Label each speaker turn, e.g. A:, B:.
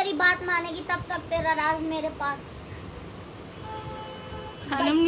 A: बात मानेगी तब तक तेरा राज मेरे पास
B: हनम